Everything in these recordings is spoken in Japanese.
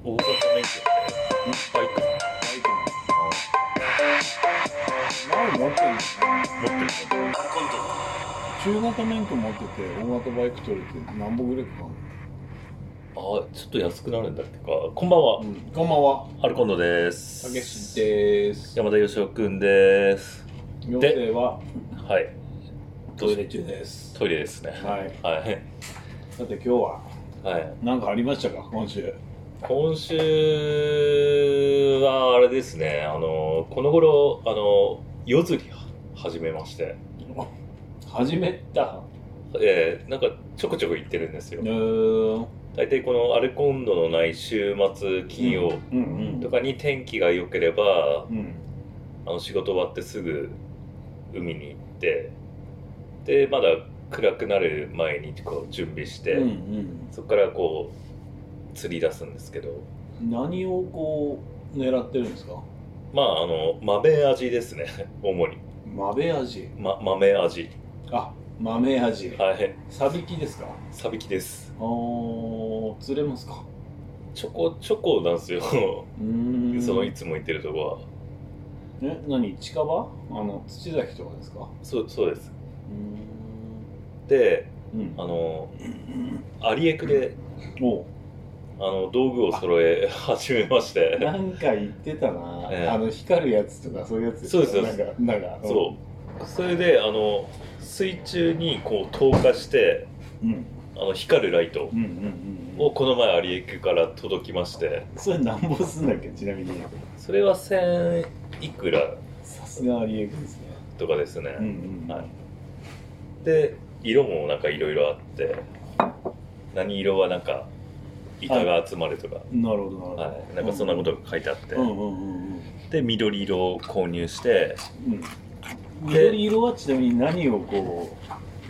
大阪免許バイク前持ってるんですね持ってる中型免許持ってて大型バイク取れて何本ぐらいかかああちょっと安くなるんだってかこんばんは、んの、うん、こんばんはアルコンドですたけしです山田義雄くんです予定ははいトイレ中ですトイレですねはいはいさて今日ははい何かありましたか今週今週はあれですねあのこの頃あの夜釣り始めまして始めたえー、なんかちょこちょこ行ってるんですようーん大体このアルコンドのない週末金曜うんとかに天気が良ければうんうんあの仕事終わってすぐ海に行ってでまだ暗くなる前にこう準備して、うんうんそこからこう釣り出すんですけど何をこう狙ってるんですかまああの豆味ですね 主に、豆味ま、豆味あ豆味、はいサビキですかサビキですおー釣れますかチョコチョコなんですようーんそのいつも行ってるとこはえ何近場あの土崎とかですかそうそうですうーでんうんあのアリエクでおうあの道具を揃え始めましてなんか言ってたな、ええあの光るやつとかそういうやつしょそうですなんかなんかそうそれであの水中にこう投下してうん、うんあの光るライトうんうんうんをこの前有エクから届きましてそれなんぼすんだっけちなみにそれは1000いくらさすがアリエクですねとかですね、うんうんはいで色もなんかいろいろあって何色はなんかイカが集まるとか、なるほどなるほど、はい、なんかそんなことが書いてあって、うんうんうんうんで緑色を購入してうん緑色はちなみに何をこ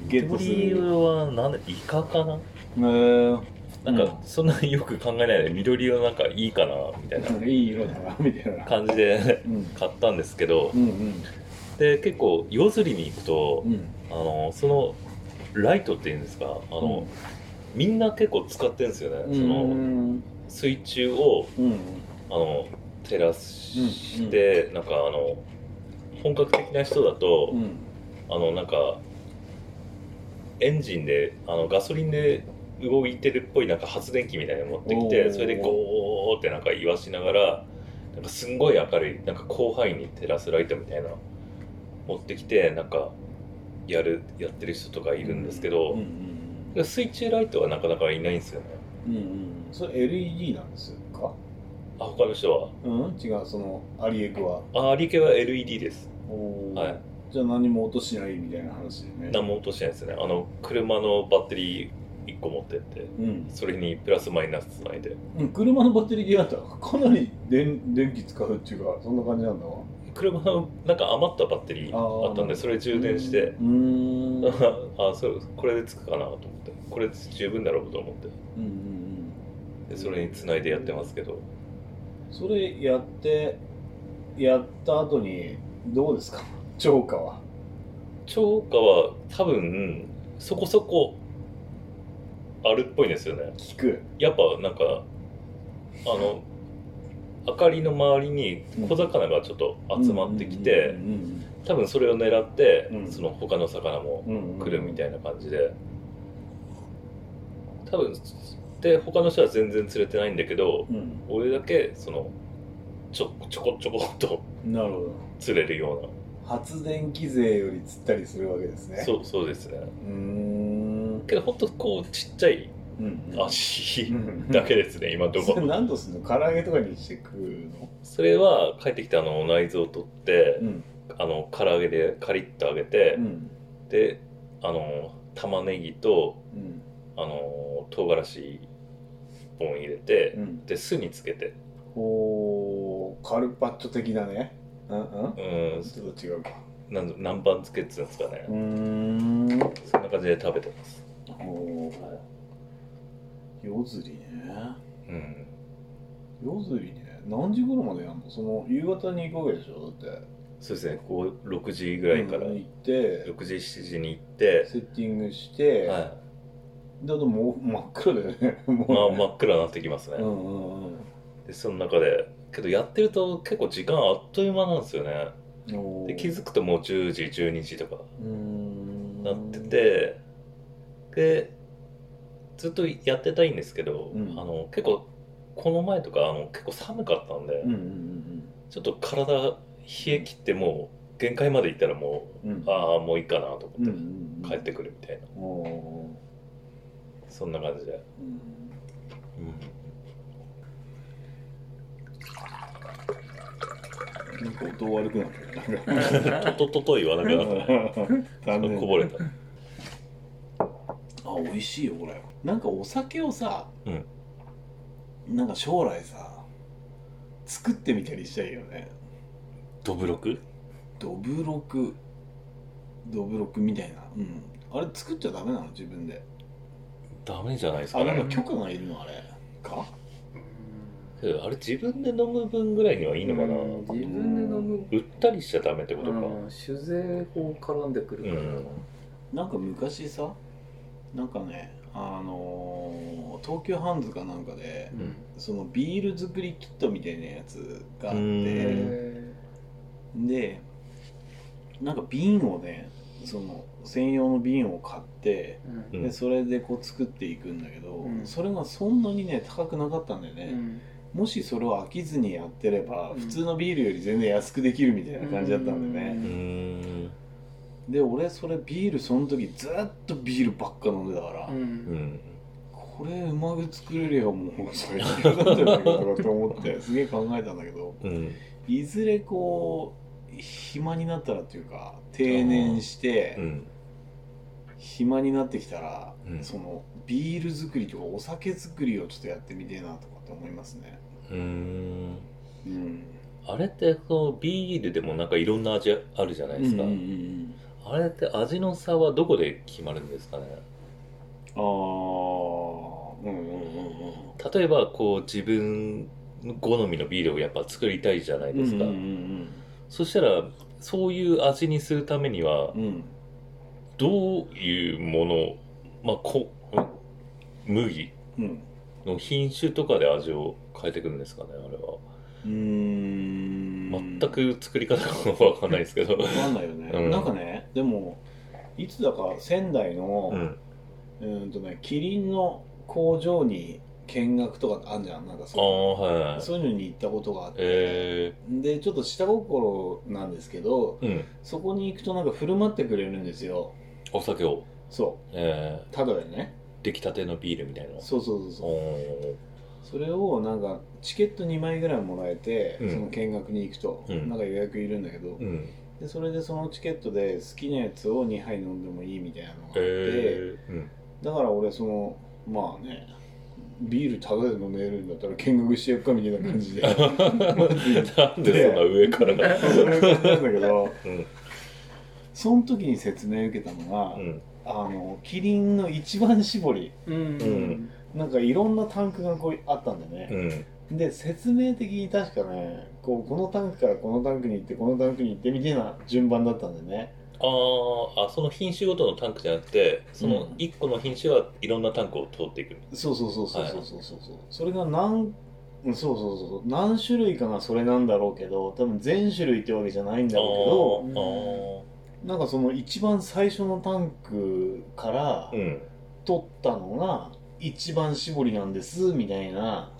うゲットする緑色はなんだイカかなえーなんかそんなによく考えないで緑色なんかいいかなみたいななんかいい色だなみたいな感じで うん買ったんですけどうんうんで結構夜釣りに行くとうんあのそのライトっていうんですかあの、みんな結構使ってるんですよね、うんその水中をうんあの照らして、なんかあの本格的な人だと、うんあのなんかエンジンであのガソリンで動いてるっぽいなんか発電機みたいなの持ってきおてーそれでゴーってなんか言わしながらなんかすんごい明るいなんか広範囲に照らすライトみたいなの持ってきてなんかやるやってる人とかいるんですけど、うん水中ライトはなかなかいないんですよねうんうんうんそれ LED なんですかあ他の人はうん違うそのアリエクはあアリ系は LED ですおーはいじゃあ何も落としないみたいな話でね何も落としてないですねあの車のバッテリー1個持ってってうん、それにプラスマイナスつないでうん、車のバッテリーでやったらかなり電電気使うっていうかそんな感じなんだわ車のなんか余ったバッテリーあったんであーそれ充電してうーんうん あそれこれでつくかなと思ってこれで十分だろうと思ってうんうんでそれにつないでやってますけどそれやってやった後にどうですか超過は超過は多分そこそこあるっぽいんですよね聞くやっぱなんかあの明かりの周りに小魚がちょっと集まってきてうん多分それを狙って、うんその他の魚もうんうんうん来るみたいな感じで多分で他の人は全然釣れてないんだけどうん俺だけそのちょちょこちょこっと なるほど釣れるよ発電機勢より釣ったりするわけですうねなそうそうですねうーんけどほんとこうちっちゃいうん足うんだけですね今のとそこれろ何とすんの 唐揚げとかにして食うのそれは帰ってきたあの内臓を取ってんあの唐揚げでカリッと揚げてうんであの玉ねぎとうんあの唐辛子1本入れてうんで酢につけてこうカルパッチョ的なねうんうんうんちょっと違うかなん南蛮漬けっつうんですかね、うーんそんな感じで食べてますおー夜釣りねうん夜釣りね何時頃までやんのその夕方に行くわけでしょだってそうですねこう6時ぐらいからうん行6って時7時に行って、セッティングして、はい、だともう真っ暗だよねもうね まあ真っ暗になってきますね、うんうんうんでその中でけどやってると結構時間あっという間なんですよねで気づくともう10時12時とかななって、てでずっとやってたいんですけど、うんあの結構この前とかあの結構寒かったんで、うんうんちょっと体冷え切ってもう限界までいったらもうんうんうああもういいかなとうん思ってうんうん帰ってくるみたいな、おーそんな感じで、うんなんか音悪くなったなんか とととと言わなくなったね残念こぼれたあ美味しいよこれなんかお酒をさ、うんなんか将来さ作ってみたりしたいよねどぶろくどぶろくどぶろくみたいなうんあれ作っちゃダメなの自分でダメじゃないですあかなんかね許可がいるのあれかけどあれ自分で飲む分ぐらいにはいいのかな、うん自分で飲む売ったりしちゃダメってことか、うん酒税法絡んでくるから、うんなんか昔さなんかねあのー東急ハンズかなんかでんそのビール作りキットみたいなやつがあっうんてへでなんか瓶をねその専用の瓶を買ってーうんうんでそれでこう作っていくんだけど、うんそれがそんなにね高くなかったんだよね、もしそれを飽きずにやってれば、うん普通のビールより全然安くできるみたいな感じだったんだようね、ーんで俺それビールその時ずっとビールばっか飲んでたから、うんうんこれうまく作れるよもう 最強なんじゃないかとかと思ってすげえ考えたんだけどうんいずれこう暇になったらっていうか定年して、うん暇になってきたら、うんそのビール作りとかお酒作りをちょっとやってみてえなとかって思いますねうーんうんあれってこうビールでもなんかいろんな味あるじゃないですか、うんうんうんあれって味の差はどこで決まるんですかねあーうんうんうんうん例えばこう自分の好みのビールをやっぱ作りたいじゃないですか、うんうんそしたらそういう味にするためにはうんうんどういうものまあこ麦うんの品種とかで味を変えてくるんですかねあれはうーん全く作り方が分かんないですけどわかんないよね、うんなんかねでもいつだか仙台の、う うんーんとねキリンの工場に見学とかあんじゃんなんかあそうあはいそういうのに行ったことがあって、えでちょっと下心なんですけどー、うんそこに行くとなんか振る舞ってくれるんですよお酒をそえうただでねー、出来たてのビールみたいなそうそうそうそうおそれをなんかチケット2枚ぐらいもらえて、うんその見学に行くと、うんなんか予約いるんだけど、ーうんでそれでそのチケットで好きなやつを2杯飲んでもいいみたいなのがあって、えー、うん だから俺そのまあねビールただで飲めるんだったら見学してやっかみたいな 感じでなんでそんな上からなそういう感じなんだけどうんその時に説明受けたのが、うんあのキリンの一番搾りうんうんなんかいろんなタンクがこうあったんだよね、うんで説明的に確かねこうこのタンクからこのタンクに行ってこのタンクに行ってみたいな順番だったんだよねあーあその品種ごとのタンクじゃなくてそのうん1個の品種はいろんなタンクを通っていくそうそうそうそうそうそうそう、それが何うんそうそうそうそう何種類かがそれなんだろうけど多分全種類ってわけじゃないんだろううあけーけどどなんかその一番最初のタンクからあーうん取ったのが一番絞りなんですみたいな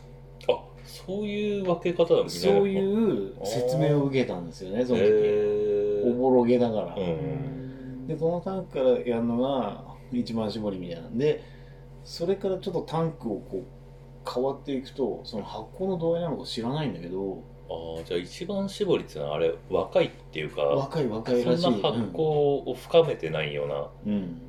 あそういう分け方だみたいなそういう説明を受けたんですよねその時、えおぼろげながら、ううんんでこのタンクからやるのが一番絞りみたいなんでそれからちょっとタンクをこう変わっていくとその発酵の度合いなのか知らないんだけどあーじゃあ一番搾りっていうのはあれ若いっていうか若い若そんいならしい発酵を深めてないようなうん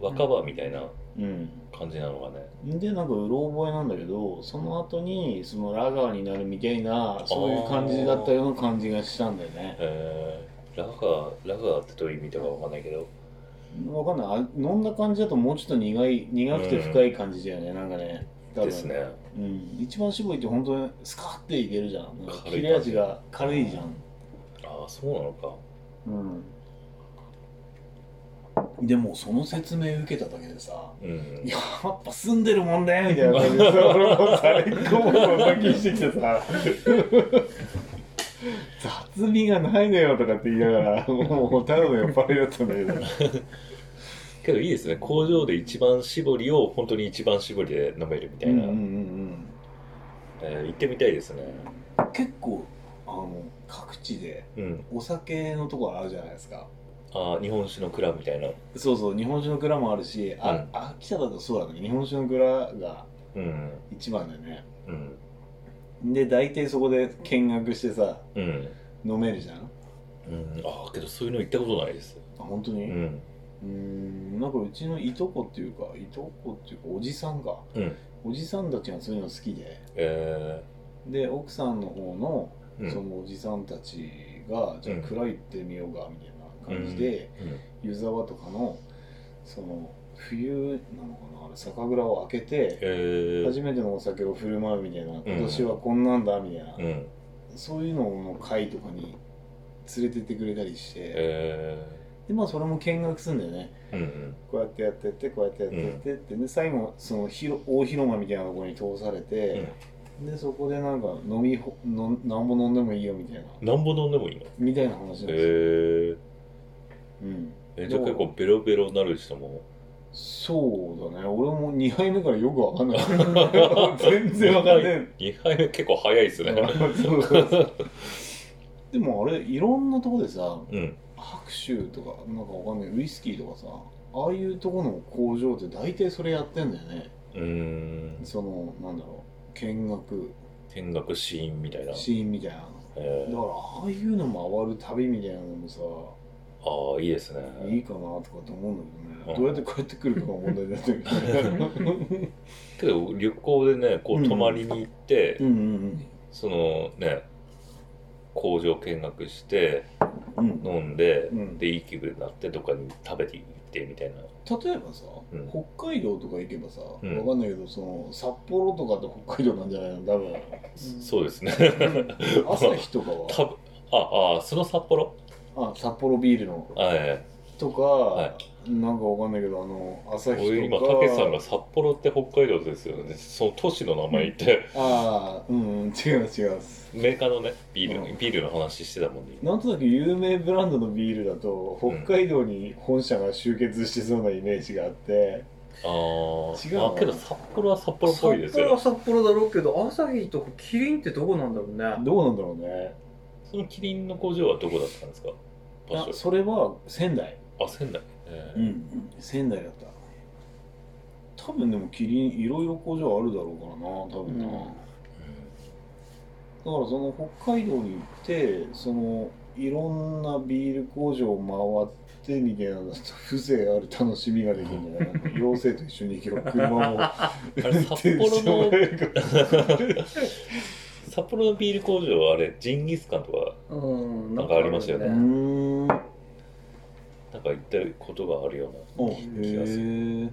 若葉みたいなうん、感じなのがねうん、でなんかうろ覚えなんだけどその後にそのラガーになるみたいなそういう感じだったような感じがしたんだよねえー、ラガーラガーってどういう意味とかわかんないけどわかんないあ飲んだ感じだともうちょっと苦い苦くて深い感じだよね、なんかね多分ですねうん、一番絞りって本当にスカッていけるじゃんなんか軽い切れ味が軽いじゃんああそうなのかうんでもその説明受けただけでさうんやっぱ住んでるもんねみたいな感じで さ俺も最高もそんな気してきてさ雑味がないのよとかって言いながらもうただの酔っ払いだったんだけどけどいいですね工場で一番搾りを本当に一番搾りで飲めるみたいな、えー行ってみたいですね結構あの各地でうんお酒のとこあるじゃないですかあー日本酒の蔵みたいなそうそう日本酒の蔵もあるしあ、うん秋田だとそうだね日本酒の蔵がうん一番だよねうんで大体そこで見学してさうん、飲めるじゃんあうん、ああけどそういうの行ったことないです本当うにうんんーんなんかうちのいとこっていうかいとこっていうかおじさんがうんおじさんたちがそういうの好きでえで奥さんの方のーうんそのおじさんたちがじゃあ蔵行ってみようかみたいな感じで、うん湯沢とかのその冬なのかなあれ酒蔵を開けてえー初めてのお酒を振る舞うみたいなうん今年はこんなんだみたいな、うんそういうのの会とかに連れてってくれたりして、えでまあそれも見学するんだよねーうんこうやってやってってこうやってやってってって、で最後その広大広間みたいなところに通されて、でそこでなんか飲みほのなんぼ飲んでもいいよみたいなうんなんぼ飲んでもいいのみたいな話なんですよ、えうん、ー、えじゃあ結構ベロベロになる人もそうだね俺も2杯目からよくわかんない 全然わかんない2杯目結構早いですね そうそうそうでもあれいろんなとこでさうん白州とかなんかわかんないウイスキーとかさああいうとこの工場って大体それやってんだよねうーんそのなんだろう見学見学シーンみたいな、シーンみたいなのえだー、からああいうのも回る旅みたいなのもさああいいですねいいかなとかって思うんだうけどねんどうやって帰ってくるかが問題になって くるけど旅行でねこううん泊まりに行って、うんうんそのね工場見学してうんうん飲んで、うんでいい気分になってとかに食べて行ってみたいな例えばさ、うん北海道とか行けばさ、うんわかんないけどその札幌とかって北海道なんじゃないの 多分そうですね朝日とかたはぶああその札幌あ札幌ビールのはいとか、いなんかわかんないけどあの朝日とか俺今たけしさんが札幌って北海道ですよねその都市の名前言ってああうんうん違います違いますメーカーのねビールの、うんビールの話してたもんねなんとなく有名ブランドのビールだと北海道に本社が集結してそうなイメージがあって、あー違うのあけど札幌は札幌っぽいです札幌はよ札幌だろうけど朝日とキリンってどこなんだろうねどうなんだろうねそのキリンの工場はどこだったんですか場あ所それは仙台あ仙台、えーうん、仙台だった多分でもキリンいろいろ工場あるだろうからな多分な、うんだからその北海道に行ってそのいろんなビール工場を回ってみたいなのだと風情ある楽しみができるんじゃないかな妖精と一緒に行けば車もあれ札幌の札幌のビール工場はあれジンギスカンとかうんなんかありますようねーんあなんか行ったことがあるような気がするへえ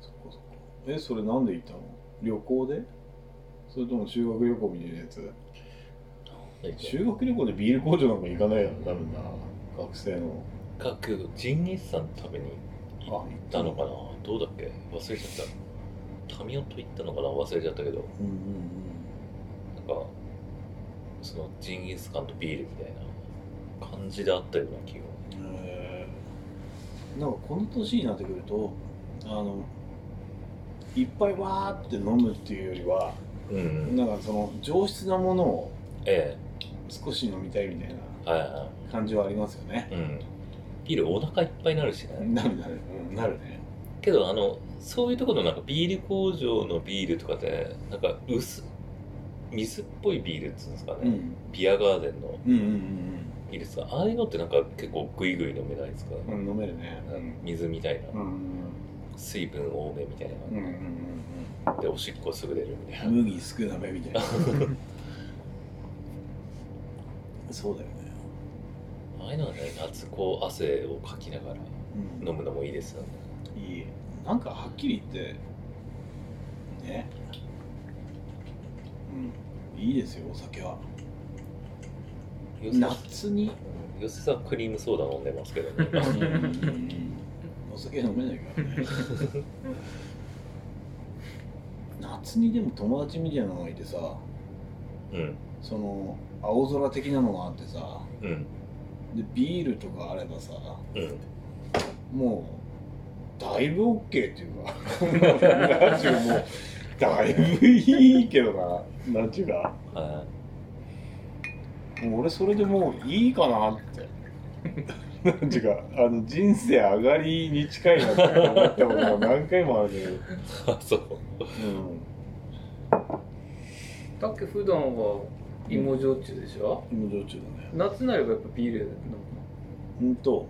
そっかそっかえそれなんで行ったの旅行でそれとも修学旅行みたいなやつ修学旅行でビール工場なんか行かないよな多分な学生の学ジンギスカンのためにあ行ったのかなどうだっけ忘れちゃったタミオと行ったのかな忘れちゃったけどうんうんなんかそのジンギスカンとビールみたいな感じであったような気がうんへえなんかこの年になってくるとあのいっぱいわーって飲むっていうよりはうんうんなんかその上質なものをえ少し飲みたいみたいえなはいは感じはありますよねいうんビールお腹いっぱいになるしね、なるなる、うん、なるねけどあのそういうところのなんかビール工場のビールとかでなんか薄水っぽいビールっつうんですかね、うんビアガーデンのうんうんビールっすかああいうのってなんか結構グイグイ飲めないですか、うんうんうん飲めるね水みたいうんなうん水分多めみたいなうんうんうん感うんじでおしっこすぐ出るみたいな、麦少なめみたいな そうだよね、ああいうのはね夏こう汗をかきながらうん、飲むのもいいですよねいいなんかはっきり言ってねうんいいですよお酒はえ夏にうん寄せさんクリームソーダ飲んでますけどね お酒飲めないからね夏にでも友達みたいなのがいてさうんその青空的なのがあってさうんでビールとかあればさうんもうだいぶ OK っていうか ラジオもうだいぶいいけどなナチュがあもう俺それでもういいかなって何ていうかあの人生上がりに近いなって思ったことが何回もあるけど、ー そうだっけ普段は芋焼酎でしょ、うん、芋焼酎だね夏になればやっぱビール飲うんと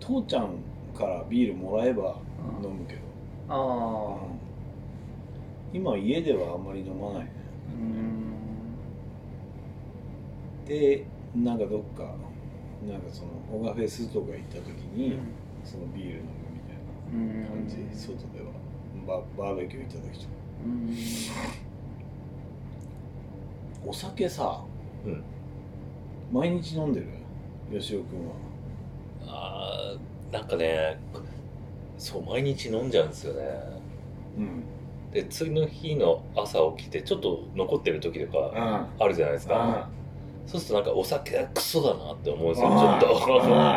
父ちゃんからビールもらえばむ飲のむけど、ああ今家ではあんまり飲まないねーうんでなんかどっかなんかそのオガフェスとか行った時に、そのビール飲むみたいなうん感じ、外ではババーベキュー行った時とかうんお酒さ、うん毎日飲んでる吉尾君はあーなんかねそう毎日飲んじゃうんですよねうんで次の日の朝起きてちょっと残ってる時とかああるじゃないですかあそうするとなんかお酒はクソだなって思うんですよあち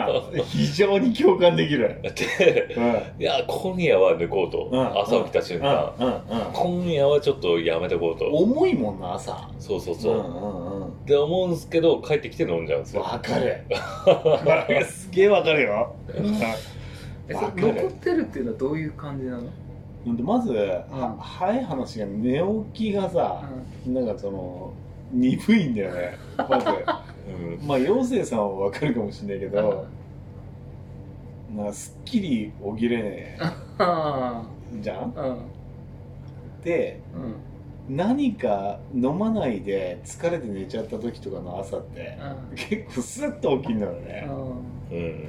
ょっと 非常に共感できる でうんうんいや今夜は抜こうとうん朝起きた瞬間うん今夜はちょっとやめてこうと重いもんな朝そうそうそう、んうんうんって思うんですけど帰ってきて飲んじゃうんですよわかるわかる すげえわかるよえそわかれる残ってるっていうのはどういう感じなの、なんでまず、は早い話が寝起きがさ、なんかその鈍いんだよねま ずうんまあ妖精さんはわかるかもしれないけど、まあすっきり起きれねあえじゃんあうんでうん何か飲まないで疲れて寝ちゃった時とかの朝ってうん結構スッと起きるんだよねうんうん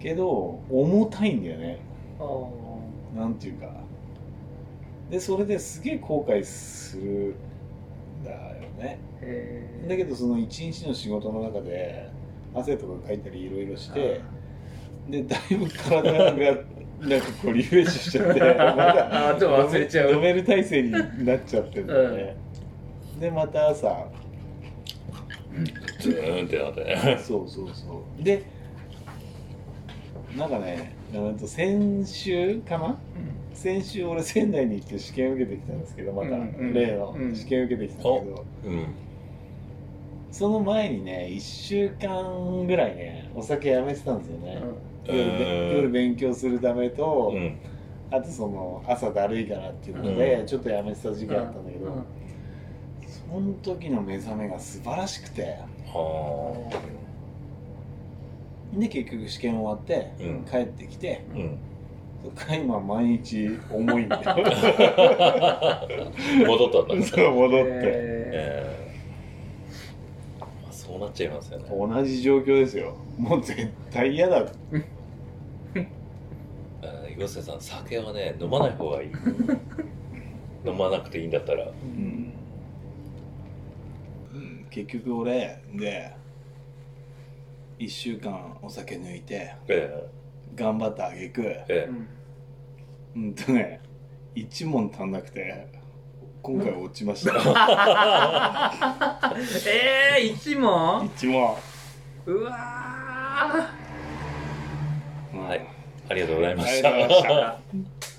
けど重たいんだよねあーなんていうかでそれですげえ後悔するんだよねへーだけどその一日の仕事の中で汗とかかいたりいろいろしてでだいぶ体がなんかこうリフレッシュしち ゃってあーでも忘れちゃう飲める体勢になっちゃってるんだよね、でまた朝ズーンってなってねそうそうそうでなんかねうんと先週かなうん先週俺仙台に行って試験受けてきたんですけどまたうんうん例のうん試験受けてきたんだけど、うんその前にね1週間ぐらいねお酒やめてたんですよね、夜べうん夜勉強するためと、うんあとその朝だるいからっていうので、うんちょっとやめてた時期あったんだけど、うんその時の目覚めが素晴らしくてはで結局試験終わって、うん帰ってきてあ うんそっから今毎日重いんだよ 戻ったんだそう戻ってへえーまあそうなっちゃいますよね同じ状況ですよもう絶対嫌だえー岩瀬さん酒はね飲まない方がいい飲まなくていいんだったらうん結局俺で1週間お酒抜いてえ頑張ったあげくーえーうんうんとね一問足んなくて今回落ちましたえー、一問一問、うわうんはいーありがとうございまありしがたとうございました